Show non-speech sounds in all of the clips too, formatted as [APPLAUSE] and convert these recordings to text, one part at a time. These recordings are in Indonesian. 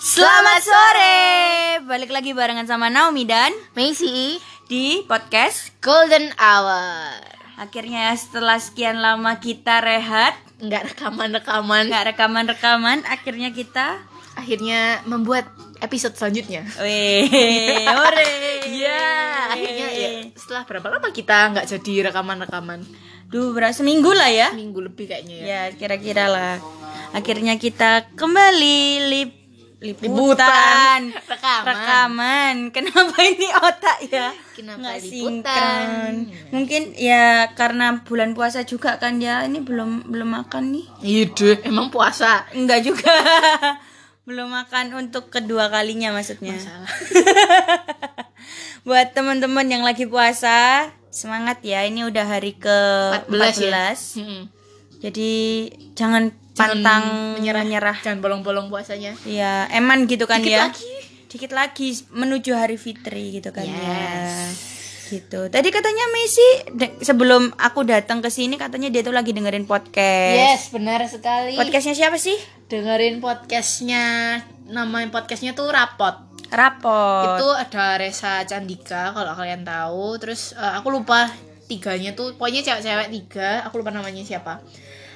Selamat sore. Balik lagi barengan sama Naomi dan Macy di podcast. Golden Hour Akhirnya setelah sekian lama kita rehat, nggak rekaman-rekaman nggak rekaman-rekaman, akhirnya kita akhirnya membuat episode selanjutnya Weh, ore. Iya akhirnya ya setelah berapa lama kita nggak jadi rekaman-rekaman Duh, berapa seminggu lah ya? minggu lebih kayaknya ya Ya, kira-kira lah. Akhirnya kita kembali lip Liputan. liputan Rekaman. Rekaman. [LAUGHS] kenapa ini otak ya Kenapa Nggak liputan? sinkron. mungkin ya karena bulan puasa juga kan ya ini belum belum makan nih iya deh, emang puasa enggak juga [LAUGHS] belum makan untuk kedua kalinya maksudnya Salah. [LAUGHS] buat teman-teman yang lagi puasa semangat ya ini udah hari ke 14, 14, ya Mm-mm. jadi jangan Jangan pantang menyerah. menyerah jangan bolong-bolong puasanya Iya, eman gitu kan Dikit ya. lagi. Dikit lagi menuju hari fitri gitu kan Yes. ya. Gitu. Tadi katanya Messi de- sebelum aku datang ke sini katanya dia tuh lagi dengerin podcast. yes benar sekali Podcastnya siapa sih? dengerin podcastnya namanya podcastnya tuh rapot Rapot. itu ada Resa Candika kalau kalian tahu terus eh, aku lupa tiganya tuh pokoknya cewek-cewek tiga aku lupa namanya siapa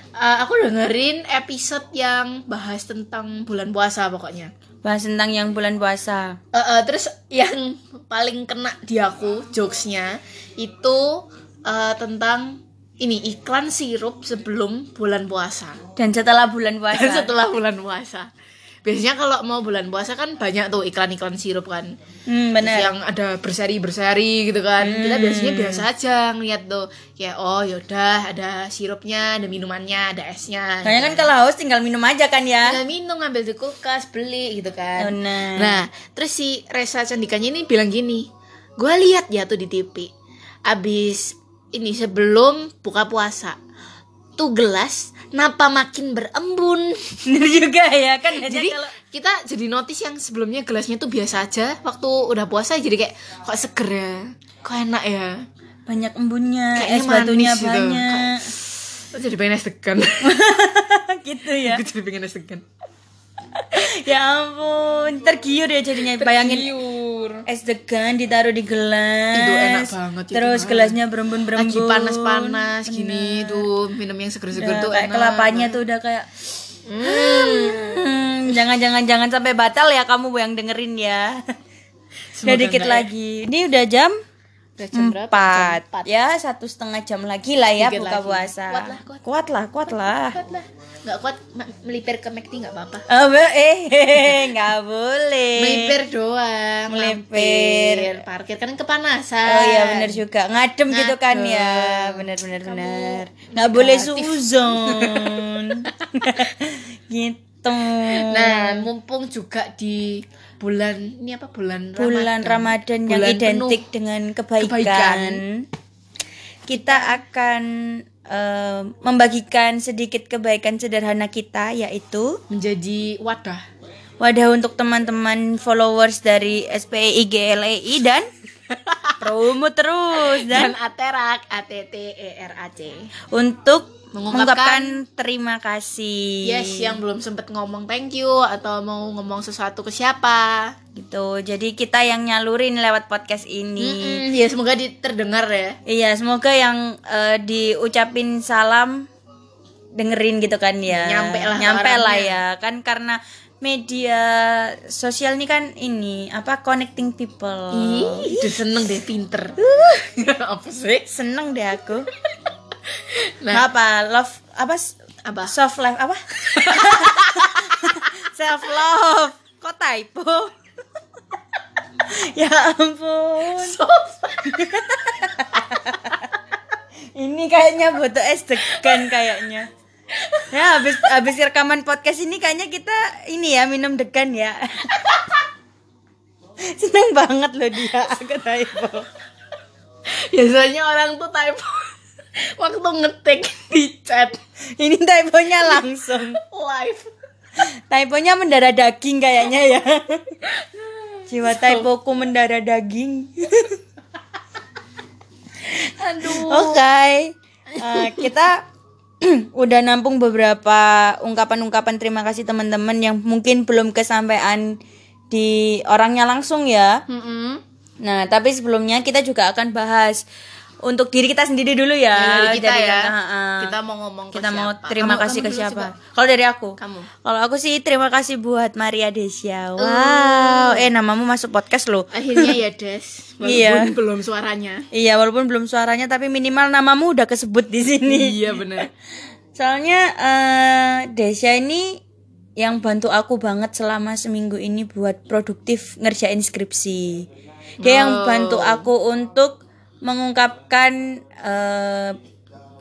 Eh, aku dengerin episode yang bahas tentang bulan puasa pokoknya Bahas tentang yang bulan puasa. Eh, eh, terus yang paling kena di aku jokesnya itu eh, tentang ini iklan sirup sebelum bulan puasa Dan setelah bulan Dan puasa. setelah bulan puasa biasanya kalau mau bulan puasa kan banyak tuh iklan-iklan sirup kan hmm, Terus bener. yang ada berseri-berseri gitu kan kita biasanya biasa aja ngeliat tuh kayak oh yaudah ada sirupnya ada minumannya ada esnya Kayaknya kan kalau haus tinggal minum aja kan ya. tinggal minum ngambil di kulkas beli gitu kan Bener. nah terus si Resa Candikanya ini bilang gini gue lihat ya tuh di TV abis ini sebelum buka puasa tuh gelas napa makin berembun Bener juga ya kan. jadi kalau kita jadi notice yang sebelumnya gelasnya tuh biasa aja waktu udah puasa jadi kayak kok seger ya kok enak ya banyak embunnya, Kayaknya es batunya manis gitu. banyak. Kok jadi pengen es degan [LAUGHS] gitu ya. Aku jadi pengen es degan ya ampun tergiur ya jadinya bayangin es degan ditaruh di gelas Itu enak banget itu, terus Mas. gelasnya berembun berembun lagi panas-panas gini tuh minum yang seger-seger tuh Iya, kayak enak kelapanya tuh udah kayak hmm, jangan jangan jangan sampai batal ya kamu yang dengerin ya udah Semoga dikit enggak ya. lagi ini udah jam Udah Hmm, jam berapa? empat Jam empat. ya satu setengah jam lagi lah ya Dikit buka lagi. puasa Kuat lah, kuat. kuat lah kuat lah kuat lah nggak kuat ma- melipir ke McD nggak apa-apa Eh, eh, [LAUGHS] nggak boleh melipir doang Eh. Melipir. mampir. parkir kan kepanasan Oh iya benar juga ngadem gitu kan Ngadem. ya benar benar benar nggak boleh [LAUGHS] suzon gitu Nah, mumpung juga di bulan ini apa bulan bulan Ramadan, yang Bulan identik penuh dengan kebaikan, kebaikan. kita akan eh, membagikan sedikit kebaikan sederhana kita yaitu menjadi wadah wadah untuk teman-teman followers dari E SPI GLEI [LAUGHS] dan promo terus dan dan Kan aterak a t t e r a c. untuk mengungkapkan, Mengungkapkan- terima kasih. Yes, yang belum sempet ngomong thank you atau mau ngomong sesuatu ke siapa. gitu. Jadi kita yang nyalurin lewat podcast ini. Mm-mm, ya semoga di- terdengar ya. Iya, semoga yang eh, diucapin salam dengerin gitu kan ya. Nyampe lah Nyampe orangnya. lah ya. Kan karena media sosial ini kan ini apa connecting Oh. people. Ih, udah seneng deh pinter. [LAUGHS] apa sih? Seneng deh aku. Nah, apa love apa s- apa? soft life apa [LAUGHS] self love kok typo [LAUGHS] ya ampun [LAUGHS] ini kayaknya butuh es degan kayaknya ya habis habis rekaman podcast ini kayaknya kita ini ya minum degan ya [LAUGHS] seneng banget loh dia aku typo Biasanya orang tuh typo [LAUGHS] waktu ngetik di chat ini typonya langsung live. Typonya mendarah daging kayaknya [LAUGHS] ya. Jiwa typoku mendarah daging. Aduh. Oh. Oke. Eh, kita [CLEARS THROAT] udah nampung beberapa ungkapan-ungkapan terima kasih teman-teman yang mungkin belum kesampaian di orangnya langsung ya. Mm-mm. Nah, tapi sebelumnya kita juga akan bahas untuk diri kita sendiri dulu ya. Dari kita Dari- ya. Ah, ah. Kita mau ngomong ke kita mau siapa? terima Kamu- kasih kamu ke dulu siapa? coba. Kalau dari aku, Kamu. kalau aku sih terima kasih buat Maria Desya. Wow, eh namamu masuk podcast loh. Akhirnya ya Des, walaupun Iya. belum suaranya. Iya, walaupun belum suaranya tapi minimal namamu udah kesebut di sini. iya benar. Soalnya eh Desya ini yang bantu aku banget selama seminggu ini buat produktif ngerjain skripsi. Dia yang bantu aku untuk mengungkapkan eh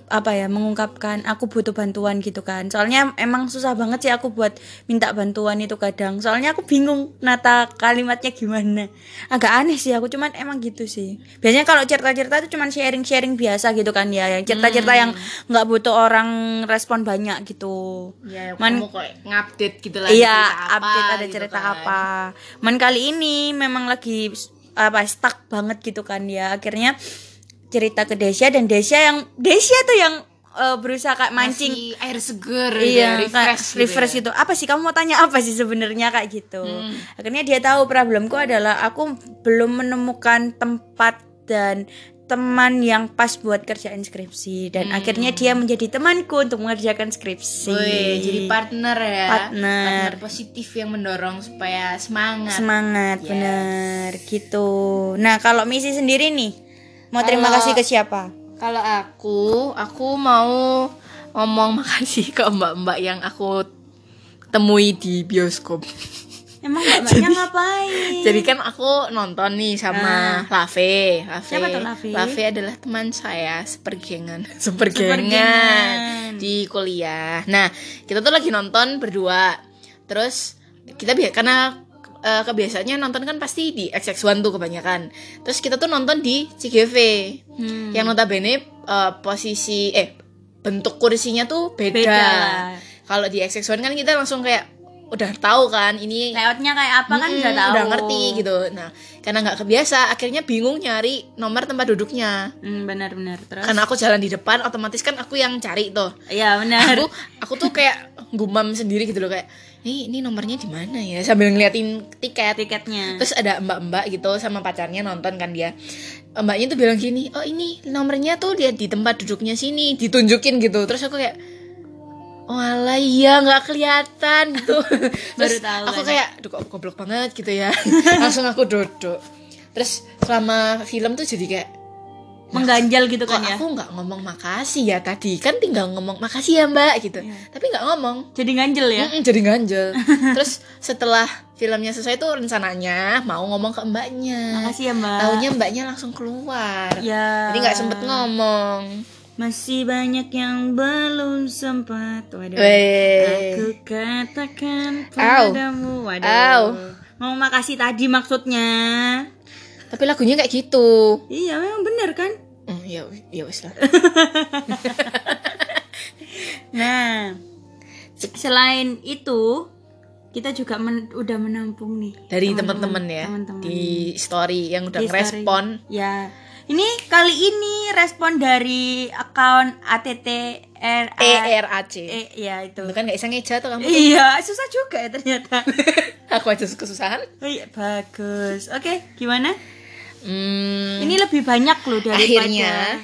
apa ya, mengungkapkan aku butuh bantuan gitu kan. Soalnya emang susah banget sih aku buat minta bantuan itu kadang. Soalnya aku bingung nata kalimatnya gimana. Agak aneh sih aku cuman emang gitu sih. Biasanya kalau cerita-cerita itu cuman sharing-sharing biasa gitu kan ya. Yang cerita-cerita yang Hmm. nggak butuh orang respon banyak gitu. Ya, Man- kamu kok ngupdate gitu lah Iya, ada cerita apa, update ada gitu cerita kan. apa. Man kali ini memang lagi apa stuck banget gitu kan ya. Akhirnya cerita ke Desya dan Desya yang Desya tuh yang eh, berusaha kayak mancing Kasih air seger iya ya, refresh kayak refresh gitu, gitu. apa sih kamu mau tanya apa sih sebenarnya kayak gitu akhirnya dia tahu problemku adalah aku belum menemukan tempat dan teman yang pas buat kerjaan skripsi dan akhirnya dia menjadi temanku untuk mengerjakan skripsi Woi, jadi partner ya. gitu Partner. positif yang mendorong supaya semangat. semangat Yes. bener gitu nah kalau misi sendiri nih mau terima Kalau- kasih ke siapa Kalau aku, aku mau ngomong [LAUGHS] makasih ke mbak-mbak yang aku temui di bioskop. emang mbak [LAUGHS] mbaknya ngapain Jadi kan aku nonton nih sama Lave. Lave. Ah. Siapa tuh Lave? Lave adalah teman saya sepergengan. [LAUGHS] Sepergengan. Sepergengan di kuliah. Nah, kita tuh lagi nonton berdua. Terus kita bi- karena eh, kebiasaannya nonton kan pasti di XX1 tuh kebanyakan. Terus kita tuh nonton di CGV. Hmm. Yang notabene eh, posisi eh bentuk kursinya tuh beda. Beda. Kalau di XX1 kan kita langsung kayak udah tahu kan ini layoutnya kayak apa kan Mm-mm, udah tahu ngerti gitu nah karena nggak kebiasa akhirnya bingung nyari nomor tempat duduknya hmm, benar benar terus karena aku jalan di depan otomatis kan aku yang cari tuh Iya benar. aku aku tuh kayak gumam sendiri gitu loh kayak ini ini nomornya di mana ya sambil ngeliatin tiket tiketnya. terus ada mbak-mbak gitu sama pacarnya nonton kan dia mbaknya tuh bilang gini oh ini nomornya tuh dia di tempat duduknya sini ditunjukin gitu terus aku kayak Walah iya nggak kelihatan [LAUGHS] gitu. Terus tahu aku kan. kayak aduh kok aku goblok banget gitu ya. [LAUGHS] Langsung aku duduk. Terus selama film tuh jadi kayak [LAUGHS] mengganjal gitu kok kan ya. aku nggak ngomong makasih ya tadi kan tinggal ngomong makasih ya mbak gitu. Iya. Tapi nggak ngomong. Jadi ganjel ya. Mm-mm, jadi [LAUGHS] ganjel. Terus setelah filmnya selesai tuh rencananya mau ngomong ke mbaknya. Makasih ya, Mbak. Taunya mbaknya langsung keluar. Ya. Jadi nggak sempet ngomong. Masih banyak yang belum sempat. Iya. Waduh. Weh. Aku katakan Au. padamu. Waduh. Au. Mau makasih tadi maksudnya. Tapi lagunya kayak gitu. Iya, memang benar kan? Mm, ya, ya wes lah. Nah, selain itu kita juga men- udah menampung nih [LAUGHS] Dari teman-teman ya teman-teman. di story yang udah Di story. ngerespon. Iya, Ya. Ini kali ini respon dari account Ah. ATTRA ERAC. Eh, ya itu. Lu kan gak bisa ngeja tuh [LAUGHS] kamu. Iya, susah juga ya ternyata. [LAUGHS] Aku aja kesusahan. Iya, bagus. Oke, gimana? Hmm, Ini lebih banyak loh daripada akhirnya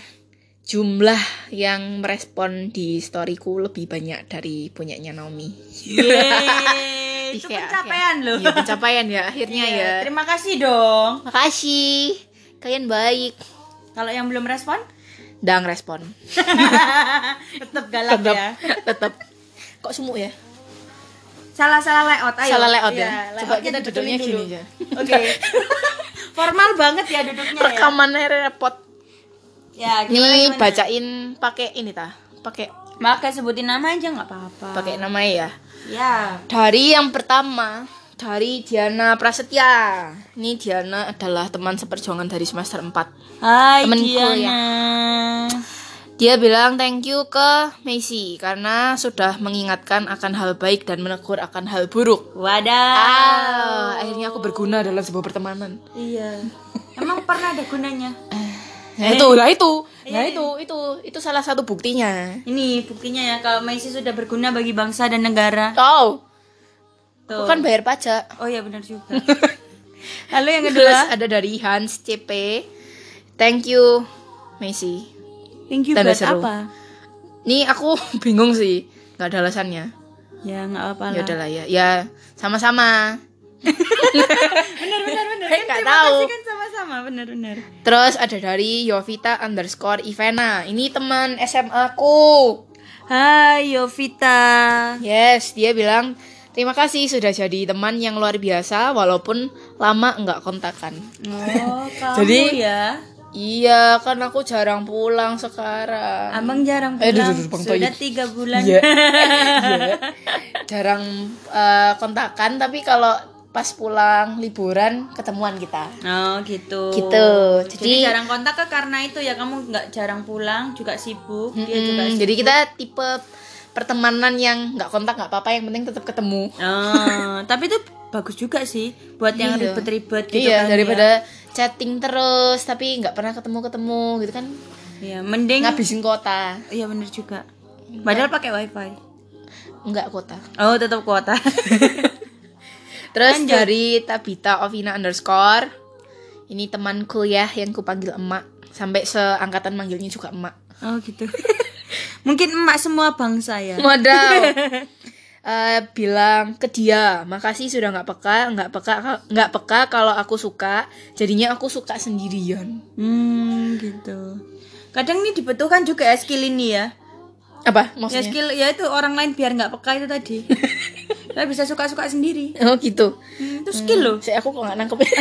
jumlah yang merespon di storyku lebih banyak dari punyanya Naomi. [LAUGHS] Yeay, Ih, itu kayak- pencapaian kayak- loh. Iya, pencapaian ya akhirnya Iya, ya. Terima kasih dong. Makasih. Kalian baik. Kalau yang belum respon, Dang respon. tetap galak Tetap ya. [LAUGHS] tetap. Kok sumuk ya? Salah-salah layout ayo. Salah layout Iya, ya. Coba layoutnya kita duduknya dibetulin gini dulu. aja. Oke. [LAUGHS] Formal banget ya duduknya ya. Rekamannya repot. Ya, gimana, Ini gimana? bacain pakai ini ta? Pakai Maka sebutin nama aja nggak apa-apa. pakai namanya ya. Ya. Dari yang pertama, dari Diana Prasetya. Ini Diana adalah teman seperjuangan dari semester 4. Hai Temenku Diana. ya. Dia bilang thank you ke Messi karena sudah mengingatkan akan hal baik dan menegur akan hal buruk. Wadah. Ah, akhirnya aku berguna dalam sebuah pertemanan. Iya. Emang pernah ada gunanya? Nah, itu lah itu. Nah Eh. itu itu itu salah satu buktinya. Ini buktinya ya kalau Messi sudah berguna bagi bangsa dan negara. Oh, Tuh. bukan bayar pajak. Oh iya benar [LAUGHS] juga. Lalu yang Terus kedua, ada dari Hans CP. Thank you Messi. thank you Tanda buat seru. apa? Nih aku [LAUGHS] bingung sih. nggak ada alasannya. Ya nggak apa-apa Ya lah. udahlah ya. Ya sama-sama. Benar benar [LAUGHS] benar. Saya nggak tahu. Kan sama-sama benar benar. Terus ada dari Yovita underscore Ivana. Ini teman SMA ku. Hai Yovita. Yes, dia bilang terima kasih sudah jadi teman yang luar biasa walaupun lama nggak kontakan. Oh, kamu Jadi- ya. Iya, kan aku jarang pulang sekarang. Abang jarang Eh, pulang. duh, duh, duh, Bang Sudah Toyib. tiga bulan. Iya. Iya. Jarang eh, kontakan tapi kalau pas pulang liburan ketemuan kita. Oh gitu. Gitu. Jadi, Jadi- jarang kontak ke karena itu ya kamu nggak jarang pulang juga sibuk dia Mm, juga. Sibuk. jadi kita tipe pertemanan yang nggak kontak nggak apa-apa yang penting tetap ketemu. Oh, [LAUGHS] tapi itu bagus juga sih buat yang Iya. ribet-ribet gitu iya kan. daripada chatting terus tapi nggak pernah ketemu ketemu gitu kan ya. Iya, mending ngabisin kota Iya bener juga. Padahal pakai wifi. nggak kota Oh tetap [LAUGHS] kuota. terus Lanjut. dari Tabita Ovina underscore ini teman kuliah yang kupanggil emak sampai seangkatan manggilnya juga emak oh gitu. Mungkin emak semua bangsa ya. modal [LAUGHS] Eh, bilang ke dia makasih sudah nggak peka nggak peka nggak peka kalau aku suka jadinya aku suka sendirian Hmm gitu. Kadang ini dibutuhkan juga ya skill ini ya. apa Ya maksudnya skill ya itu orang lain biar nggak peka itu [LAUGHS] tadi. Saya bisa suka-suka sendiri. oh gitu Hmm, itu skill loh. saya aku kok nggak nangkep ya?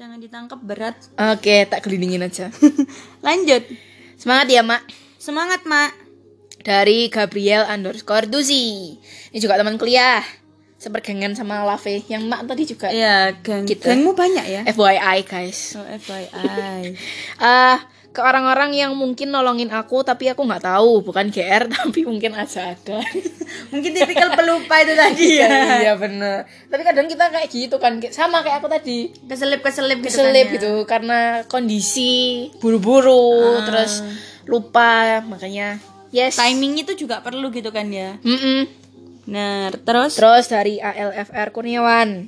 Jangan ditangkap berat. Oke, tak gelindingin aja. [LAUGHS] Lanjut. Semangat ya, Mak. Semangat, Mak. Dari Gabriel underscore Duzi. Ini juga teman kuliah. Sepergengan sama Lave. Yang Mak tadi juga. Ya, geng Gitu. gengmu banyak ya. FYI, guys. Oh, FYI. Ah, ke orang-orang yang mungkin nolongin aku tapi aku nggak tahu, bukan GR [LAUGHS] tapi mungkin aja ada. [LAUGHS] Mungkin tipikal pelupa itu tadi [LAUGHS] ya. iya bener. Tapi kadang kita kayak gitu kan, kayak- sama kayak aku tadi. Keselip-keselip gitu. kan keselip ya. gitu karena kondisi buru-buru terus lupa makanya yes kan. Timing itu juga perlu gitu kan ya. Mm-mm. Nah, terus Terus dari ALFR Kurniawan.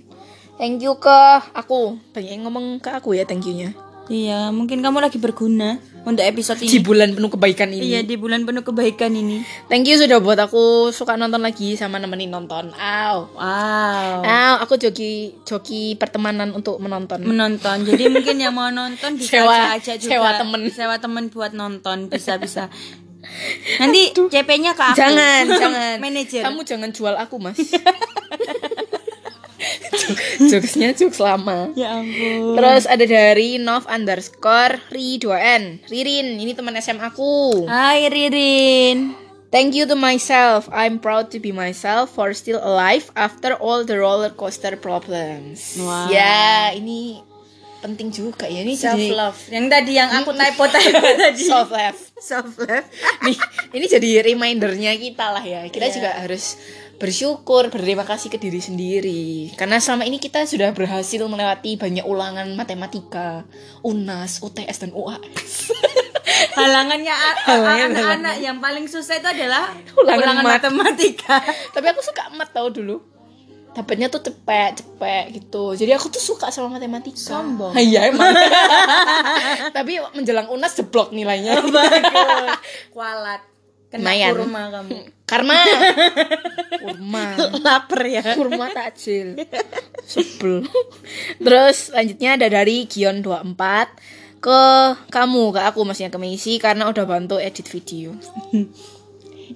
Thank you ke aku. Banyak yang ngomong ke aku ya thank you-nya. Iya, mungkin kamu lagi berguna untuk episode ini. Di bulan penuh kebaikan ini. Iya, di bulan penuh kebaikan ini. Thank you sudah buat aku suka nonton lagi sama nemenin nonton. Au. Wow. Au, Ah, aku joki joki pertemanan untuk menonton. [LAUGHS] Menonton. Jadi mungkin yang mau nonton bisa Sewa- aja juga. sewa temen. Sewa temen buat nonton bisa-bisa. Nanti CP-nya ke aku. [LAUGHS] Jangan, jangan. Manajer. Kamu jangan jual aku, Mas. [LAUGHS] Jokesnya jokes lama. Ya ampun. Terus ada dari Nov underscore Ri2N Ririn, ini teman SMA aku Hai Ririn. Thank you to myself. I'm proud to be myself for still alive after all the roller coaster problems. Wow. Ya, ini penting juga ya ini Self jadi love. Yang tadi yang aku [LAUGHS] typo-typo tadi. self love. Self love. Nih, ini jadi remindernya kita lah ya. Kita juga harus bersyukur, berterima kasih ke diri sendiri. Karena selama ini kita sudah berhasil melewati banyak ulangan matematika, UNAS, UTS dan UAS. Halangannya a- a- Halangannya anak-anak yang paling susah itu adalah Ulangan ulangan mat. matematika. Tapi aku suka mat tau dulu. Dapatnya tuh cepet, cepet gitu. Jadi aku tuh suka sama matematika. Sombong. Ah, [LAUGHS] Iya emang. Tapi menjelang UNAS jeblok nilainya. Bagus. [LAUGHS] Kualat. Kena Lumayan. kurma kamu. [LAUGHS] Karma. Kurma. Laper ya. [LAUGHS] Kurma takjil. Sebel. Terus selanjutnya ada dari Gion 24 ke kamu, ke aku maksudnya ke Messi karena udah bantu edit video. Iya.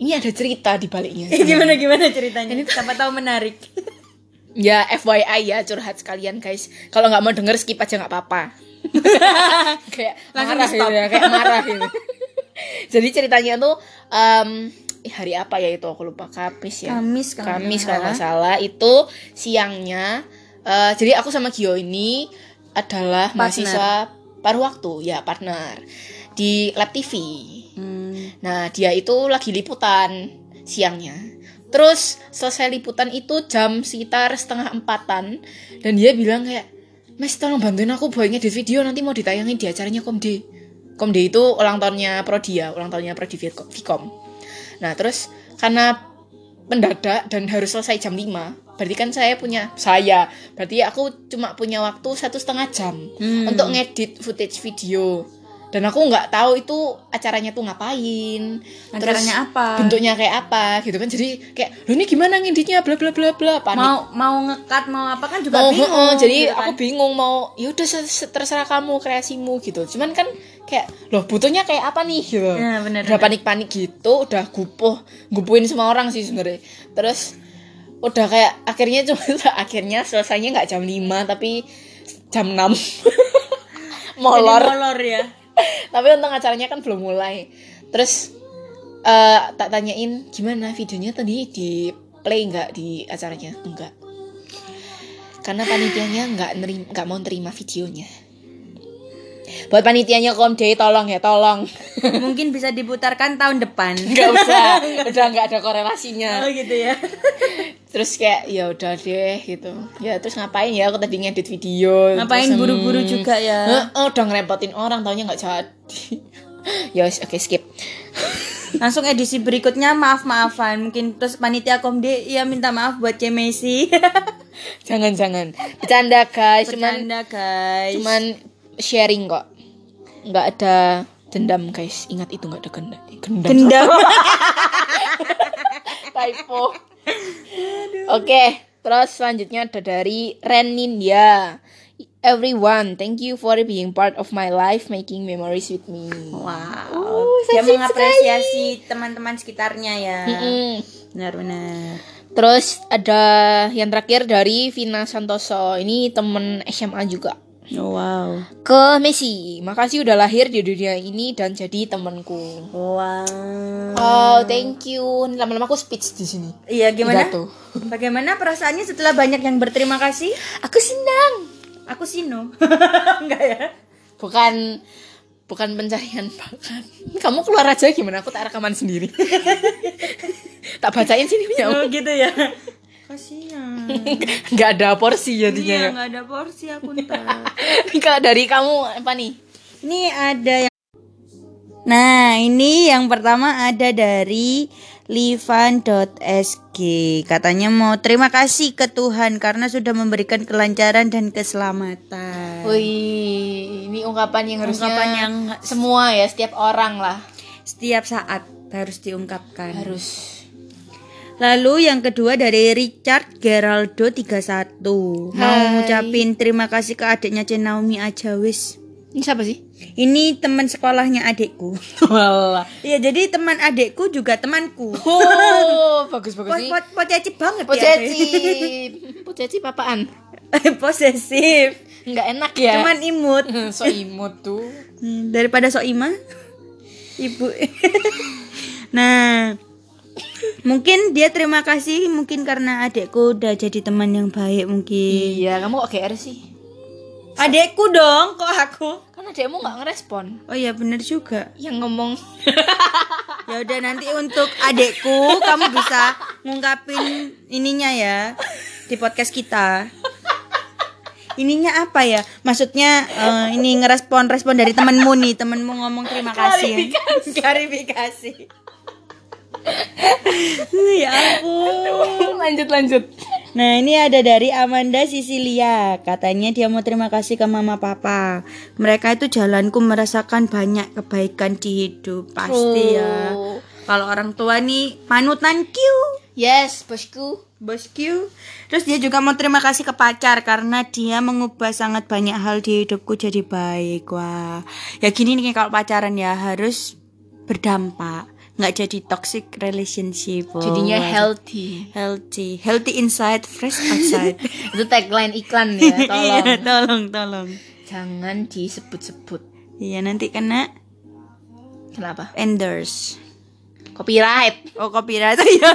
Ini ada cerita di baliknya. Eh, gimana gimana ceritanya? Siapa tahu menarik. Ya FYI ya curhat sekalian guys. Kalau nggak mau denger skip aja nggak [LAUGHS] apa-apa. kayak Langsung marah di stop. gitu ya, kayak marah gitu. Jadi ceritanya tuh em, ih, hari apa ya itu aku lupa Kamis ya. Kamis, kalau Kamis nggak kalau nggak salah itu siangnya. eh, jadi aku sama Gio ini adalah Partner. mahasiswa paruh waktu ya partner di Lab TV. Hmm. Nah, dia itu lagi liputan siangnya. Terus selesai liputan itu jam sekitar setengah empatan dan dia bilang kayak, Mas tolong bantuin aku boynya di video nanti mau ditayangin di acaranya Komde. Komde itu ulang tahunnya Prodia, ulang tahunnya Prodi Vilko- Vkom. Nah, terus karena mendadak dan harus selesai jam 5 berarti kan saya punya saya berarti aku cuma punya waktu satu setengah jam Hmm. untuk ngedit footage video dan aku nggak tahu itu acaranya tuh ngapain Acaranya apa? bentuknya kayak apa gitu kan jadi kayak lu ini gimana ngeditnya bla bla bla bla panik mau mau ngekat mau apa kan juga mau bingung Oh, heeh, jadi gitu kan. aku bingung mau ya udah se- se- terserah kamu kreasimu gitu cuman kan kayak loh butuhnya kayak apa nih gitu Ya, bener, udah bener. panik-panik gitu udah gupuh gupuin semua orang sih sebenarnya terus udah kayak akhirnya [LAUGHS] cuma akhirnya selesainya nggak jam 5 tapi jam 6 Jadi [LAUGHS] molor molor [LAUGHS] ya tapi untung acaranya kan belum mulai terus eh, tak tanyain gimana videonya tadi di play nggak di acaranya enggak karena panitianya nggak nerim nggak mau terima videonya buat panitianya komde tolong ya tolong mungkin bisa diputarkan tahun depan [LAUGHS] nggak usah udah nggak ada korelasinya oh gitu ya terus kayak ya udah deh gitu ya terus ngapain ya aku tadi ngedit video Ngapain Terus, buru-buru hmm, juga ya? heeh, udah ngerepotin orang taunya nggak jadi [LAUGHS] ya wes, oke skip langsung edisi berikutnya maaf maafan mungkin terus panitia komde ya minta maaf buat cemesi jangan jangan bercanda guys [LAUGHS] cuman bercanda guys cuman sharing kok nggak ada dendam guys ingat itu nggak ada genda- gendam dendam [LAUGHS] typo oke terus selanjutnya ada dari Renindia Everyone, thank you for being part of my life, making memories with me. [LAUGHS] wow Oh, dia sensitif mengapresiasi teman-teman sekitarnya ya Mm. benar-benar Terus ada yang terakhir dari Vina Santoso, ini temen SMA juga. oh, wow Ke Messi, makasih udah lahir di dunia ini dan jadi temenku. wow Oh, thank you. Ini Lama-lama aku speech di sini. iya gimana Pidato. bagaimana perasaannya setelah banyak yang berterima kasih Aku senang. aku sino [LAUGHS] enggak ya Bukan bukan pencarian bakat. Kamu keluar aja gimana? Aku tak rekaman sendiri. tak bacain sini punya. oh gitu ya kasihan [LAUGHS] Gak ada porsi iya jadinya. nggak ada porsi aku ntar Kalau dari kamu apa nih? [LAUGHS] Ini ada yang Nah, ini yang pertama ada dari livan.sg. Katanya mau terima kasih ke Tuhan karena sudah memberikan kelancaran dan keselamatan. Wih, ini ungkapan yang harusnya Ungkapan yang- semua ya, setiap orang lah Setiap saat harus diungkapkan. harus. Lalu yang kedua dari Richard Geraldo 31. Mau Hai. ngucapin terima kasih ke adiknya Cen Naomi aja wis. Ini siapa sih? Ini teman sekolahnya adikku. Walah. Iya, jadi teman adikku juga temanku. Oh, bagus bagus Po- sih. po- Pocaci banget ya. Poceci. Poceci papaan. [LAUGHS] posesif Nggak enak ya. cuman imut [LAUGHS] so imut tuh. Hmm, daripada soima ibu [LAUGHS] nah mungkin dia terima kasih mungkin karena adekku udah jadi teman yang baik mungkin Iya, kamu kok GR sih? adekku dong kok aku Kan adekmu nggak ngerespon. oh ya bener juga Yang ngomong [LAUGHS] ya udah nanti untuk adekku kamu bisa ngungkapin ininya ya di podcast kita ininya apa ya maksudnya eh, ini ngerespon respon dari temenmu nih temenmu ngomong terima kasih ya. klarifikasi, Eh, [LAUGHS] ya ampun Oh, lanjut lanjut. Nah ini ada dari Amanda Sisilia Katanya dia mau terima kasih ke mama papa Mereka itu jalanku merasakan banyak kebaikan di hidup Pasti ya True. Kalau orang tua nih panutan Q Yes, bosku. Bos Q Terus dia juga mau terima kasih ke pacar Karena dia mengubah sangat banyak hal di hidupku jadi baik Wah Ya gini nih kalau pacaran ya harus berdampak nggak jadi toxic relationship Jadinya Wah, healthy. healthy healthy inside fresh outside Itu tagline [LAUGHS] iklan ya, Iya, tolong. tolong tolong Jangan disebut-sebut. iya nanti kena Kenapa? endorse Copyright. oh copyright [LAUGHS] ya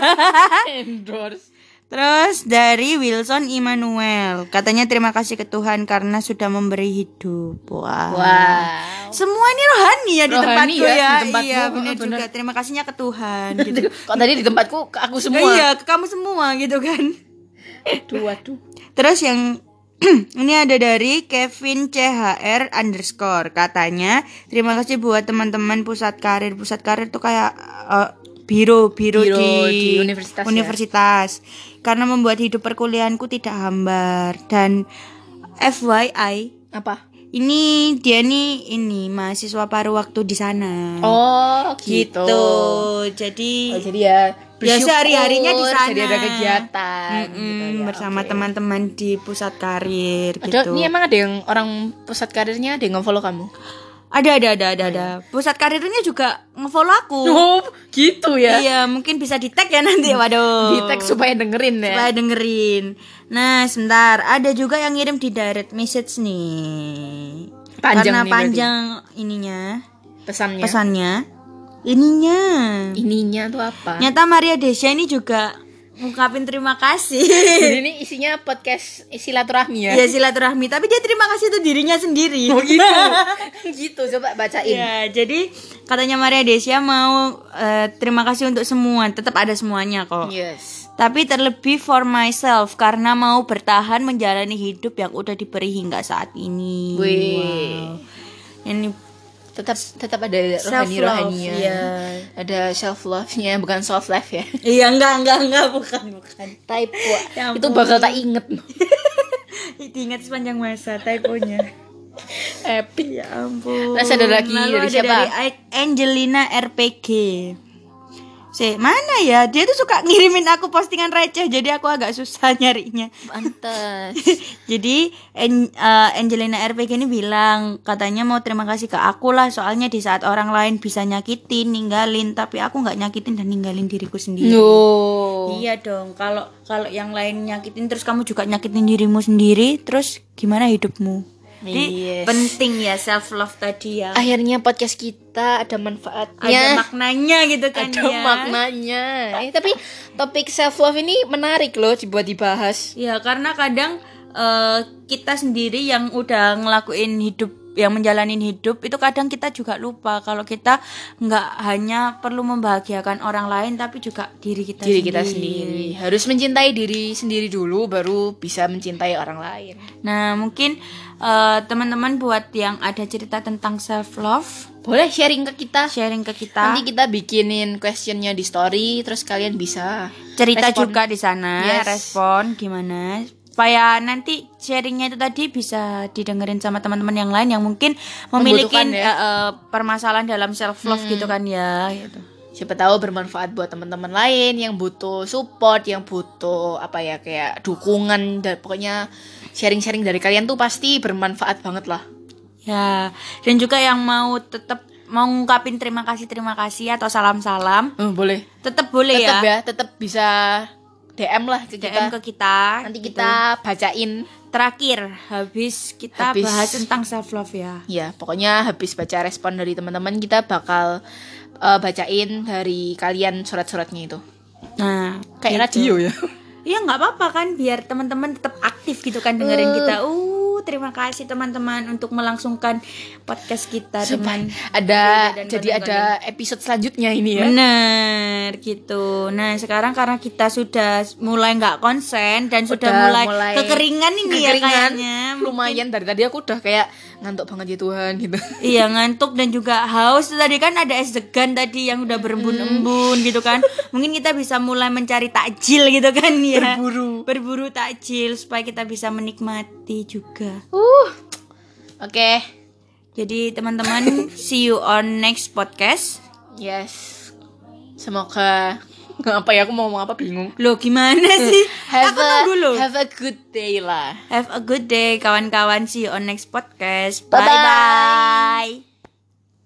Endorse. terus dari Wilson Immanuel katanya terima kasih ke Tuhan karena sudah memberi hidup wah, Wow. semua ini rohani ya di Rohani tempatku ya, ya, di tempatmu. iya benar Bener. juga terima kasihnya ke [LAUGHS] Tuhan gitu Kok tadi di tempatku ke aku semua. iya ke kamu semua gitu kan Aduh, aduh. terus yang [CLEARS THROAT] Ini ada dari Kevin CHR underscore katanya terima kasih buat teman-teman pusat karir pusat karir tuh kayak eh, biro, biro Biro di, di universitas ya? universitas. karena membuat hidup perkuliahanku tidak hambar dan FYI Apa? ini dia nih ini mahasiswa paruh waktu di sana Oh, gitu. gitu jadi Oh, jadi ya Ya, bersyukur, sehari-harinya di sana. Jadi ada kegiatan gitu Mm-mm, ya, bersama oke. teman-teman di pusat karir Ada, gitu ini ya. emang ada yang orang pusat karirnya ada yang nge-follow kamu? ada ada ada ada ada Iya. pusat karirnya juga ngefollow aku Oh, gitu ya. iya mungkin bisa di tag ya [LAUGHS] nanti waduh Di tag supaya dengerin ya. supaya dengerin nah sebentar ada juga yang ngirim di direct message nih Panjang karena nih berarti. Iya. panjang ininya Pesannya. pesannya ininya Iya. Ininya tuh apa? nyata Maria Desya ini juga ngungkapin terima kasih [LAUGHS] Jadi ini isinya podcast silaturahmi ya. ya silaturahmi tapi dia terima kasih itu dirinya sendiri Oh gitu. [LAUGHS] [LAUGHS] gitu coba bacain. Ya, jadi katanya Maria Desya mau eh, terima kasih untuk semua, tetap ada semuanya kok. Yes. Tapi terlebih for myself karena mau bertahan menjalani hidup yang udah diberi hingga saat ini. Wih. Wow. Ini Tetap tetap ada self rohani love rohaninya. ya. Ada self love-nya bukan soft life ya. Iya, enggak enggak enggak bukan bukan. [LAUGHS] Typo. Ya Itu ampun. bakal tak inget. Diingat sepanjang masa typonya. Epic. ya ampun. Terus ada lagi Lalu dari ada siapa? dari Angelina RPG. Si, mana ya? Dia tuh suka ngirimin aku postingan receh, jadi aku agak susah [LAUGHS] nyarinya. [LAUGHS] Pantes. Jadi An- eh, Angelina RPG ini bilang katanya mau terima kasih ke aku lah soalnya di saat orang lain bisa nyakitin, ninggalin, tapi aku nggak nyakitin dan ninggalin diriku sendiri. No. Iya dong. Kalau kalau yang lain nyakitin terus kamu juga nyakitin dirimu sendiri, terus gimana hidupmu? Jadi Yes. penting ya self love tadi ya. Akhirnya podcast kita ada manfaatnya. Ada maknanya gitu kan Ya. ada ya. maknanya eh, tapi topik self love ini menarik loh buat dibahas Ya karena kadang eh, kita sendiri yang udah ngelakuin hidup yang menjalani hidup itu kadang kita juga lupa kalau kita nggak hanya perlu membahagiakan orang lain tapi juga diri kita diri sendiri. kita sendiri harus mencintai diri sendiri dulu baru bisa mencintai orang lain Nah mungkin eh, teman-teman buat yang ada cerita tentang self love boleh sharing ke kita sharing ke kita nanti kita bikinin questionnya di story terus kalian bisa cerita respon. juga di sana Yes. respon gimana supaya nanti sharingnya itu tadi bisa didengerin sama teman-teman yang lain yang mungkin memiliki Membutuhkan ya. eh, Hmm. eh, permasalahan dalam self love gitu kan ya gitu. siapa tahu bermanfaat buat teman-teman lain yang butuh support yang butuh apa ya kayak dukungan dan pokoknya sharing-sharing dari kalian tuh pasti bermanfaat banget lah ya dan juga yang mau tetap mau ngungkapin terima kasih terima kasih atau salam salam Eh, boleh tetap boleh tetap ya, ya tetap bisa DM lah ke kita DM ke kita nanti gitu. kita bacain terakhir habis kita Habis. bahas tentang self love ya ya pokoknya habis baca respon dari teman-teman kita bakal eh, bacain dari kalian surat-suratnya itu nah gitu. kayak radio ya Iya nggak apa-apa kan biar teman-teman tetap aktif gitu kan Eh. dengerin kita. Uh terima kasih teman-teman untuk melangsungkan podcast kita dengan Iya, ada dan jadi ada episode selanjutnya ini [LAUGHS] ya bener gitu. Nah sekarang karena kita sudah mulai nggak konsen dan sudah mulai, kekeringan ini ya kekeringan. [LAUGHS] kayaknya. lumayan dari tadi aku udah kayak ngantuk banget ya Tuhan gitu [LAUGHS] Iya ngantuk dan juga haus Tadi kan ada es degan tadi yang udah Hmm. berembun-embun gitu kan Mungkin kita bisa mulai mencari takjil gitu kan ya Berburu. Berburu takjil supaya kita bisa menikmati juga uh oke Jadi teman-teman, [LAUGHS] see you on next podcast. yes semoga [LAUGHS] apa ya aku mau ngomong apa bingung Loh [LAUGHS] gimana sih? have Aku nunggu a, loh. have a good day lah Have a good day kawan-kawan. See you on next podcast. Bye-bye. Bye-bye.